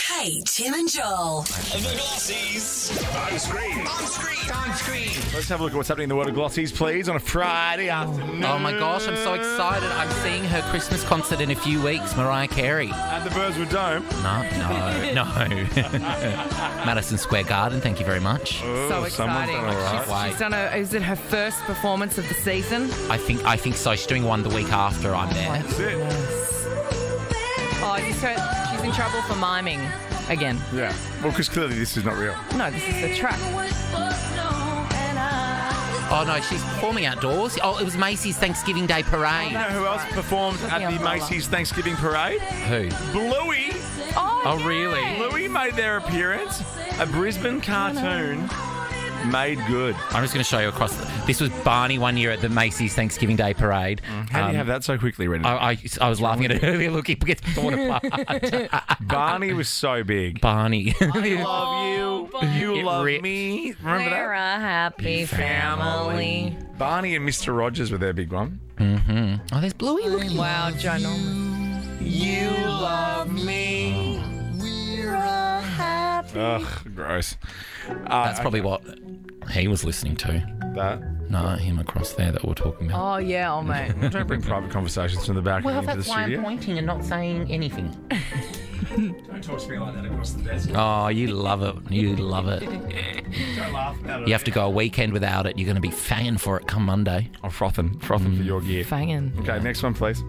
Hey, Tim and Joel. The Glossies. On screen. On screen. On screen. Let's have a look at what's happening in the world of glossies, please, on a Friday afternoon. Oh my gosh, I'm so excited. I'm seeing her Christmas concert in a few weeks, Mariah Carey. At the Burswood Dome. No, no, no. Madison Square Garden, thank you very much. so Oh, someone's exciting. done all right. She's, she's done a, is it her first performance of the season? I think I think so. She's doing one the week after I'm there. That's it. Oh, is this her, she's in trouble for miming again. Yeah. Well, because clearly this is not real. No, this is the track. Oh no, she's performing outdoors. Oh, it was Macy's Thanksgiving Day You Parade. know who else performed at the Macy's Thanksgiving Parade? Who? Bluey. Oh, Oh, yeah. really? Bluey made their appearance. A Brisbane cartoon made good. I'm just going to show you across. The, this was Barney one year at the Macy's Thanksgiving Day Parade. How do Um, you have that so quickly, Renee? I, I, I was laughing at it earlier. Look, he gets torn apart. Barney was so big. Barney. Love you. You It love ripped. me. Remember that? We're a happy family. Barney and Mr. Rogers were their big one. oh, there's Bluey. Look. Wow, Joan Norman. You love me. We're all happy. Ugh, gross. Uh, That's probably what he was listening to. that. No, him across there that we're talking about. Oh, yeah, oh, mate. Don't bring private conversations from the back into the studio. pointing and not saying anything. Don't talk to me like that across the desk. Oh, you love it. You love it. Don't laugh about it. You have to go a weekend without it. You're going to be fanging for it come Monday. Mm. I'm frothing, frothing for your gear. Fangin'. Okay, next one, please.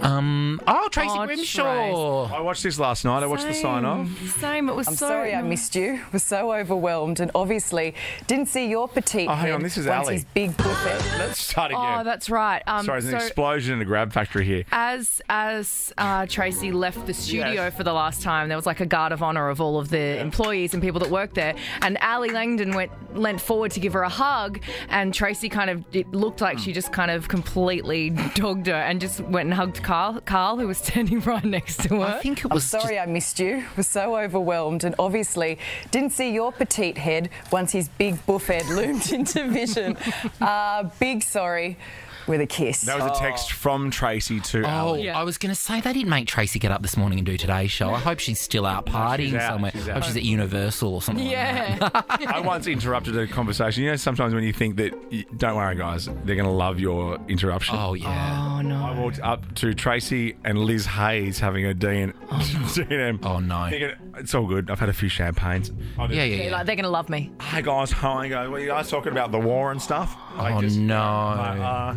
Um, oh, Tracy Oh, Grimshaw. I watched this last night. I watched the sign off. Same, it was I'm so. sorry I missed you. Was so overwhelmed and obviously didn't see your petite. Oh, hang on, head this is once Ali. His big buffet. Let's start again. Oh, that's right. Um, Sorry, there's an so- explosion in a grab factory here. as as uh, Tracy left the studio Yes. for the last time, there was like a guard of honor of all of the employees and people that worked there. And Ali Langdon went leant forward to give her a hug, and Tracy kind of it looked like she just kind of completely dogged her and just went and hugged Carl, Carl who was standing right next to her. I think it I'm was. sorry I missed you. Was so overwhelmed and obviously didn't see your petite head once his big buffet loomed into vision. Uh, big sorry with a kiss. That was a text from Tracy to just- Ali. Oh, I was going to say they didn't make Tracy get up this morning and do today's show. I hope she's still out partying out, somewhere. she's I out. hope she's at Universal or something. like that. yeah. I once interrupted a conversation. You know, sometimes when you think that, y- don't worry, guys, they're going to love your interruption. Oh yeah. oh no. I walked up to Tracy and Liz Hayes having a DN- DNM. Oh, no. Thinking, it's all good. I've had a few champagnes. I'll just- Yeah, yeah, They're yeah. like, they're gonna love me. Hey guys, hi guys. What are you guys talking about? The war and stuff? Oh no. Uh,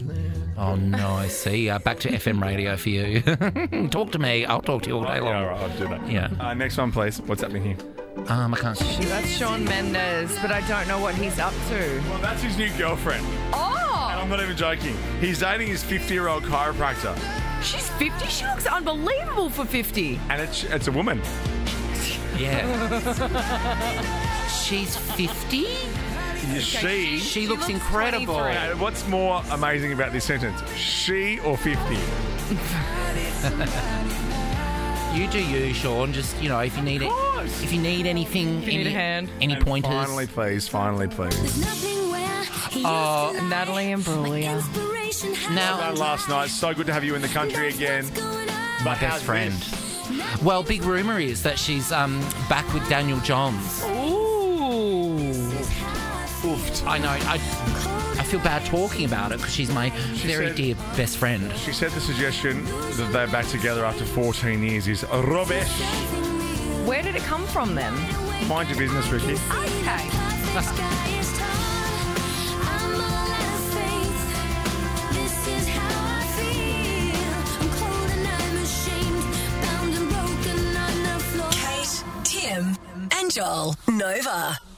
Oh no. I see. Uh, back to FM radio for you. talk to me. I'll talk to you all day yeah, long. all right, I'll do that. Yeah. Uh, next one, please. What's happening here? Um, I can't. That's Sean Mendes, but I don't know what he's up to. Well, that's his new girlfriend. Oh, I'm not even joking. He's dating his 50 year old chiropractor, she's 50. She looks unbelievable for 50. and it's, it's a woman. Yeah. She's 50? She. She looks incredible. 23. Uh, What's more amazing about this sentence? She or 50? You do you, Sean. Just, you know, if you need it. course. If you need anything, you need any- a hand. any And pointers. Finally, please. Finally, please. Oh, Oh, Natalie Imbruglia. Now- Done last night. So good to have you in the country again. my But how's best friend. this? Well, big rumor is that she's um, back with Daniel Johns. Ooh. Oofed. I know. I, I feel bad talking about it because she's my very said- dear best friend. She said the suggestion that they're back together after 14 years is rubbish. Where did it come from then? Mind your business, Ricky. Okay. Kate, Tim, and Joel. Nova.